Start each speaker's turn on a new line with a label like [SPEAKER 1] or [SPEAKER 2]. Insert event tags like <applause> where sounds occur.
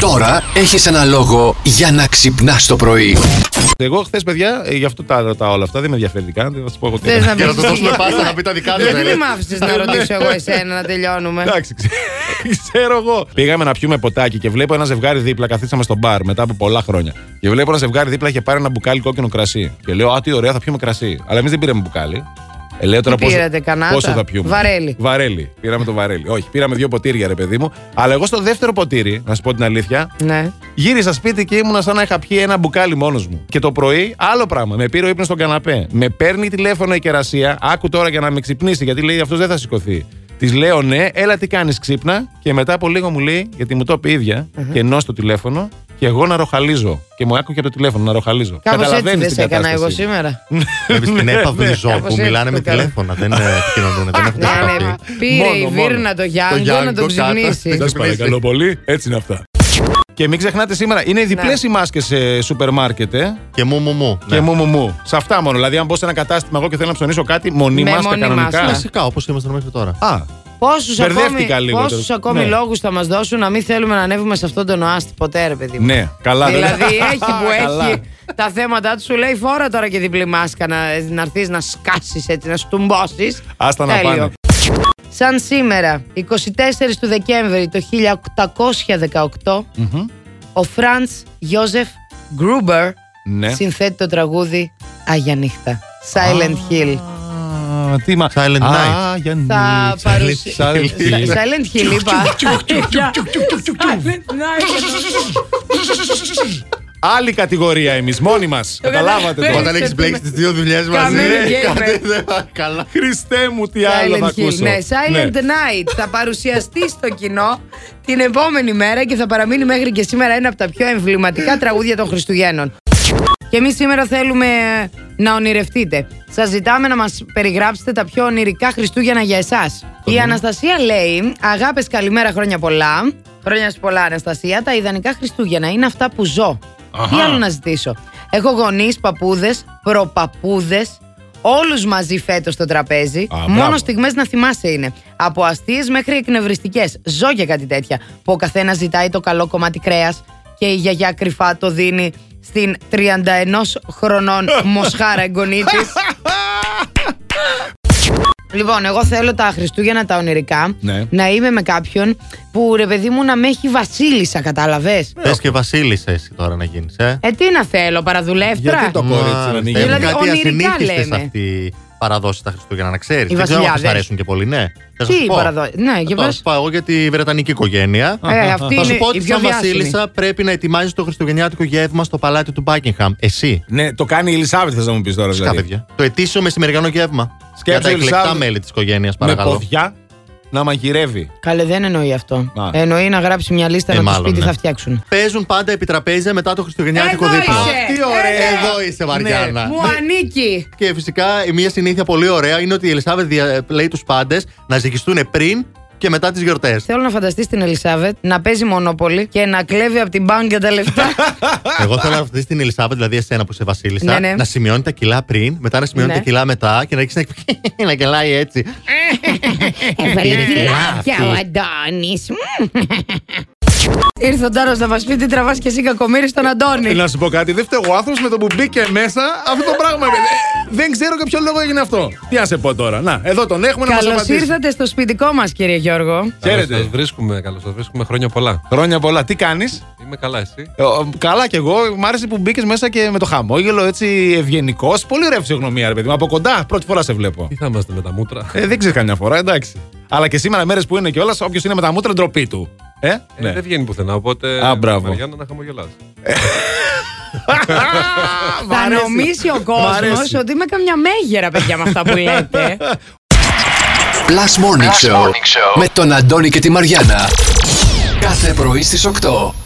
[SPEAKER 1] Τώρα έχεις ένα λόγο για να ξυπνάς το πρωί.
[SPEAKER 2] Εγώ χθες, παιδιά, ε, γι' αυτό τα ρωτάω όλα αυτά. Δεν με ενδιαφέρει καν. Δεν θα σας πω εγώ τι.
[SPEAKER 3] Θες
[SPEAKER 2] έκανα.
[SPEAKER 3] να
[SPEAKER 4] Για να
[SPEAKER 3] πεις
[SPEAKER 4] το δώσουμε
[SPEAKER 3] τι?
[SPEAKER 4] πάσα να πει τα δικά τους.
[SPEAKER 3] Γιατί Ε, δεν μ' άφησες να ρωτήσω εγώ εσένα να τελειώνουμε.
[SPEAKER 2] δηλαδή. Εντάξει, ξέ- <laughs> ξέρω εγώ. Πήγαμε να πιούμε ποτάκι και βλέπω ένα ζευγάρι δίπλα. Καθίσαμε στο μπαρ μετά από πολλά χρόνια. Και βλέπω ένα ζευγάρι δίπλα είχε πάρει ένα μπουκάλι κόκκινο κρασί. Και λέω, Α, τι ωραία, θα πιούμε κρασί. Αλλά εμείς δεν πήραμε μπουκάλι. Ε, λέω τώρα
[SPEAKER 3] Τι
[SPEAKER 2] πόσο,
[SPEAKER 3] πήρατε, κανάτα?
[SPEAKER 2] πόσο θα πιούμε.
[SPEAKER 3] Βαρέλι.
[SPEAKER 2] Βαρέλι. Πήραμε το βαρέλι. Όχι, πήραμε δύο ποτήρια, ρε παιδί μου. Αλλά εγώ στο δεύτερο ποτήρι, να σου πω την αλήθεια,
[SPEAKER 3] Ναι.
[SPEAKER 2] Γύρισα σπίτι και ήμουνα σαν να είχα πιει ένα μπουκάλι μόνος μου. Και το πρωί, άλλο πράγμα. Με πήρε ο ύπνος στον καναπέ. Με παίρνει τηλέφωνο η κερασία. Άκου τώρα για να με ξυπνήσει, γιατί λέει αυτός δεν θα σηκωθεί. Της λέω ναι, έλα τι κάνεις, ξύπνα. Και μετά από λίγο μου λέει, γιατί μου το είπε η ίδια, και ενώ στο τηλέφωνο, και εγώ να ροχαλίζω. Και μου άκουγε από το τηλέφωνο να ροχαλίζω.
[SPEAKER 3] Κάπως έτσι
[SPEAKER 2] Καταλαβαίνεις
[SPEAKER 3] δεν
[SPEAKER 2] την
[SPEAKER 3] σε έκανα εγώ
[SPEAKER 2] κατάσταση.
[SPEAKER 3] σήμερα.
[SPEAKER 4] Βλέπει
[SPEAKER 2] Ναι,
[SPEAKER 4] την έπαυλη ζώα
[SPEAKER 3] Κάπως
[SPEAKER 4] που
[SPEAKER 3] έτσι
[SPEAKER 4] μιλάνε
[SPEAKER 3] το
[SPEAKER 4] με
[SPEAKER 3] κάνω.
[SPEAKER 4] τηλέφωνα. Δεν ε, επικοινωνούν, δεν έχουν
[SPEAKER 3] Ναι, ναι,
[SPEAKER 4] επαφή.
[SPEAKER 3] Πήρε
[SPEAKER 2] Μόνο,
[SPEAKER 3] η
[SPEAKER 2] μόνο.
[SPEAKER 3] Βίρνα το
[SPEAKER 4] Το
[SPEAKER 3] Γιάνγκο
[SPEAKER 4] Γιάνγκο
[SPEAKER 3] να τον
[SPEAKER 4] κάτω.
[SPEAKER 3] ξυπνήσει.
[SPEAKER 2] Σας παρακαλώ πολύ, έτσι είναι αυτά. Και μην ξεχνάτε σήμερα, είναι οι διπλές
[SPEAKER 3] Ναι.
[SPEAKER 2] οι μάσκες σε σούπερ μάρκετ, ε.
[SPEAKER 4] Και μου, μου, μου. ναι.
[SPEAKER 2] και μου μου μου. Σε αυτά μόνο. Δηλαδή, αν μπω σε ένα κατάστημα εγώ και θέλω να ψωνίσω κάτι, μονή
[SPEAKER 3] Με
[SPEAKER 2] μάσκα
[SPEAKER 3] μονή
[SPEAKER 2] κανονικά.
[SPEAKER 3] μάσκα.
[SPEAKER 4] Φυσικά, όπω ήμασταν μέχρι τώρα.
[SPEAKER 2] Α,
[SPEAKER 3] Πόσους ακόμη,
[SPEAKER 2] Μπερδεύτηκα λίγο
[SPEAKER 3] πόσους
[SPEAKER 2] τώρα.
[SPEAKER 3] ακόμη
[SPEAKER 2] Ναι.
[SPEAKER 3] λόγους θα μας δώσουν να μην θέλουμε να ανέβουμε σε αυτόν τον οάστη ποτέ, ρε παιδί μου.
[SPEAKER 2] ναι, καλά. δεν-
[SPEAKER 3] Δηλαδή έχει που
[SPEAKER 2] <laughs> Καλά.
[SPEAKER 3] έχει τα θέματα του, σου λέει φορά τώρα και διπλή μάσκα να, να έρθεις να σκάσεις έτσι, να στουμπώσεις.
[SPEAKER 2] Άστα να
[SPEAKER 3] Τέλειο.
[SPEAKER 2] πάνε.
[SPEAKER 3] Σαν σήμερα, 24 του Δεκέμβρη το 1818,
[SPEAKER 2] Μμμ.
[SPEAKER 3] ο Φραντς Γιώζεφ Γκρούμπερ
[SPEAKER 2] Ναι.
[SPEAKER 3] συνθέτει το τραγούδι Άγια Νύχτα, Silent Hill.
[SPEAKER 2] Α, τι μα...
[SPEAKER 4] Silent
[SPEAKER 2] Α,
[SPEAKER 4] Night.
[SPEAKER 2] για νύχτα.
[SPEAKER 3] Θα παρουσι-
[SPEAKER 2] Silent Hill.
[SPEAKER 3] <laughs> Silent Hill είπα.
[SPEAKER 2] Άλλη κατηγορία εμείς, μόνοι μας. Καταλάβατε
[SPEAKER 3] καταλαβαίνεις.
[SPEAKER 2] τώρα.
[SPEAKER 4] Όταν έχεις μπλέξει τις δύο δουλειές μαζί.
[SPEAKER 3] Καμένη
[SPEAKER 4] ε,
[SPEAKER 3] γκέι,
[SPEAKER 4] κάτι
[SPEAKER 3] ε.
[SPEAKER 4] δεν πάει Καλά.
[SPEAKER 2] Χριστέ μου, τι άλλο θα
[SPEAKER 3] Silent Hill.
[SPEAKER 2] ακούσω.
[SPEAKER 3] Ναι, Silent
[SPEAKER 2] Ναι.
[SPEAKER 3] Night θα παρουσιαστεί στο κοινό την επόμενη μέρα και θα παραμείνει μέχρι και σήμερα ένα από τα πιο εμβληματικά τραγούδια των Χριστουγέννων. Και εμείς σήμερα θέλουμε να ονειρευτείτε. Σας ζητάμε να μας περιγράψετε τα πιο ονειρικά Χριστούγεννα για εσάς. Η Αναστασία λέει: Αγάπες, καλημέρα, χρόνια πολλά. Χρόνια σου πολλά, Αναστασία. Τα ιδανικά Χριστούγεννα είναι αυτά που ζω. Τι άλλο να ζητήσω. Έχω γονείς, παππούδες, προπαππούδες, όλους μαζί φέτος στο τραπέζι.
[SPEAKER 2] Α, μπράβο.
[SPEAKER 3] Μόνο στιγμές να θυμάσαι είναι. Από αστείες μέχρι εκνευριστικές. Ζω για κάτι τέτοια. Που ο καθένας ζητάει το καλό κομμάτι κρέας και η γιαγιά κρυφά το δίνει στην 31
[SPEAKER 4] <laughs>
[SPEAKER 3] χρονών Μοσχάρα εγγονίτης. Λοιπόν, εγώ θέλω τα Χριστούγεννα τα ονειρικά
[SPEAKER 2] Ναι.
[SPEAKER 3] να είμαι με κάποιον που ρε παιδί μου να με έχει βασίλισσα, κατάλαβες.
[SPEAKER 2] Ναι.
[SPEAKER 4] Πες και βασίλισσα εσύ τώρα να γίνεις, ε.
[SPEAKER 3] Ε, τι να θέλω, παραδουλεύτρα.
[SPEAKER 2] Γιατί το κορίτσι να
[SPEAKER 4] Μάλιστα.
[SPEAKER 2] ανοίγει.
[SPEAKER 3] Δηλαδή,
[SPEAKER 4] Έχουν κάτι
[SPEAKER 3] ονειρικά
[SPEAKER 4] ασυνήθιστες
[SPEAKER 3] λέμε.
[SPEAKER 4] αυτοί οι παραδόσει τα Χριστούγεννα, να ξέρεις.
[SPEAKER 3] Οι
[SPEAKER 4] Δεν ξέρω αν
[SPEAKER 3] βασιλιάδες.
[SPEAKER 4] σας αρέσουν και πολύ, ναι. Θα σας
[SPEAKER 3] Τι
[SPEAKER 4] πω.
[SPEAKER 3] παραδόσεις, ναι, για
[SPEAKER 4] Θα
[SPEAKER 3] πες.
[SPEAKER 4] σου πω εγώ για τη βρετανική οικογένεια.
[SPEAKER 3] Ε, αυτή
[SPEAKER 4] Θα
[SPEAKER 3] είναι
[SPEAKER 4] σου πω
[SPEAKER 3] η
[SPEAKER 4] ότι
[SPEAKER 3] πιο
[SPEAKER 4] σαν
[SPEAKER 3] βιάσιμη.
[SPEAKER 4] Βασίλισσα πρέπει να ετοιμάζεις το χριστουγεννιάτικο γεύμα στο παλάτι του Buckingham. Εσύ.
[SPEAKER 2] Ναι, το κάνει η Ελισάβετ, θες να μου πεις τώρα
[SPEAKER 4] Φυσικά,
[SPEAKER 2] δηλαδή.
[SPEAKER 4] παιδιά. Το ετήσιο μεσημεριανό γεύμα. για τα εκλεκτά
[SPEAKER 2] Ελισάβετ,
[SPEAKER 4] μέλη της οικογένειας,
[SPEAKER 2] Με
[SPEAKER 4] παρακαλώ.
[SPEAKER 2] ποδιά να μαγειρεύει.
[SPEAKER 3] Καλέ, δεν εννοεί αυτό.
[SPEAKER 2] Α.
[SPEAKER 3] Εννοεί να γράψει μια λίστα
[SPEAKER 4] Ε,
[SPEAKER 3] να το
[SPEAKER 4] μάλλον,
[SPEAKER 3] σπίτι
[SPEAKER 4] ναι.
[SPEAKER 3] θα φτιάξουν.
[SPEAKER 4] Παίζουν πάντα επί τραπέζια μετά το χριστουγεννιάτικο
[SPEAKER 3] Εδώ
[SPEAKER 4] δείπνο.
[SPEAKER 3] είσαι.
[SPEAKER 4] Α, Τι
[SPEAKER 3] Ε,
[SPEAKER 4] ωραία,
[SPEAKER 3] ναι.
[SPEAKER 4] εδώ είσαι, Βαριάννα.
[SPEAKER 3] Μου ανήκει.
[SPEAKER 4] Και φυσικά μια συνήθεια πολύ ωραία είναι ότι η Ελισάβετ δια- λέει τους πάντες να ζυγιστούν πριν και μετά τις γιορτές.
[SPEAKER 3] <laughs> Θέλω να φανταστείς την Ελισάβετ να παίζει μονόπολη και να κλέβει από την μπάνκα τα λεφτά.
[SPEAKER 4] Εγώ θέλω να ρωτήσω την Ελισάβετ, δηλαδή εσένα που είσαι Βασίλισσα,
[SPEAKER 3] Ναι, ναι.
[SPEAKER 4] να σημειώνει τα κιλά πριν, μετά να σημειώνει
[SPEAKER 3] Ναι.
[SPEAKER 4] τα κιλά μετά και να αρχίσει να, <laughs> να κελάει έτσι.
[SPEAKER 3] Έβαλε
[SPEAKER 4] γυλάκια
[SPEAKER 3] ο Αντώνης. Ήρθε ο Τάρο να μας πει τι τραβάς και εσύ κακομίρι στον Αντώνη.
[SPEAKER 2] Να σου πω κάτι, δεν φταίω ο άνθρωπος με το που μπήκε μέσα αυτό το πράγμα. Ε, Δεν ξέρω για ποιο λόγο έγινε αυτό. Τι να σε πω τώρα. Να, εδώ τον έχουμε να μας
[SPEAKER 3] Καλώς
[SPEAKER 2] απαντήσει.
[SPEAKER 3] ήρθατε στο σπιτικό μας, κύριε Γιώργο.
[SPEAKER 2] Χαίρετε.
[SPEAKER 5] Καλώς σας βρίσκουμε, καλώς σας βρίσκουμε. Χρόνια πολλά.
[SPEAKER 2] Χρόνια πολλά. Τι κάνεις.
[SPEAKER 5] Είμαι καλά, εσύ.
[SPEAKER 2] Καλά κι εγώ. Μ' άρεσε που μπήκες μέσα και με το χαμόγελο έτσι ευγενικός. Πολύ ωραία φυσιογνωμία, ρε παιδί μου. Από κοντά πρώτη φορά σε βλέπω.
[SPEAKER 5] Τι θα είμαστε με τα μούτρα.
[SPEAKER 2] Ε, δεν ξέρεις καμιά φορά, εντάξει. Αλλά και σήμερα μέρες που είναι κιόλας, όποιος είναι με τα μούτρα, ντροπή του. Ε,
[SPEAKER 5] Ε,
[SPEAKER 2] ναι.
[SPEAKER 5] Δεν βγαίνει πουθενά, οπότε.
[SPEAKER 2] Α, μπράβο.
[SPEAKER 5] Μαριάννα, να χαμογελάς.
[SPEAKER 2] Μ'
[SPEAKER 3] Θα
[SPEAKER 2] αρέσει.
[SPEAKER 3] νομίσει ο
[SPEAKER 2] Μ' αρέσει.
[SPEAKER 3] κόσμο ότι είμαι καμιά μέγερα, παιδιά, με αυτά που λέτε.
[SPEAKER 1] Plus Morning, Show, με τον Αντώνη και τη Μαριάνα. Κάθε πρωί στις 8.